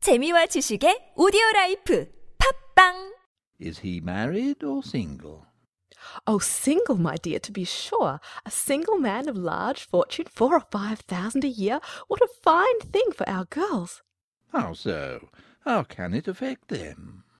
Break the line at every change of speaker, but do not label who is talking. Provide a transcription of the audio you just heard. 재미와 지식의 오디오 라이프 팝빵
Is he married or single?
Oh, single, my dear, to be sure. A single man of large fortune, four or five thousand a year. What a fine thing for our girls.
How so? How can it affect them?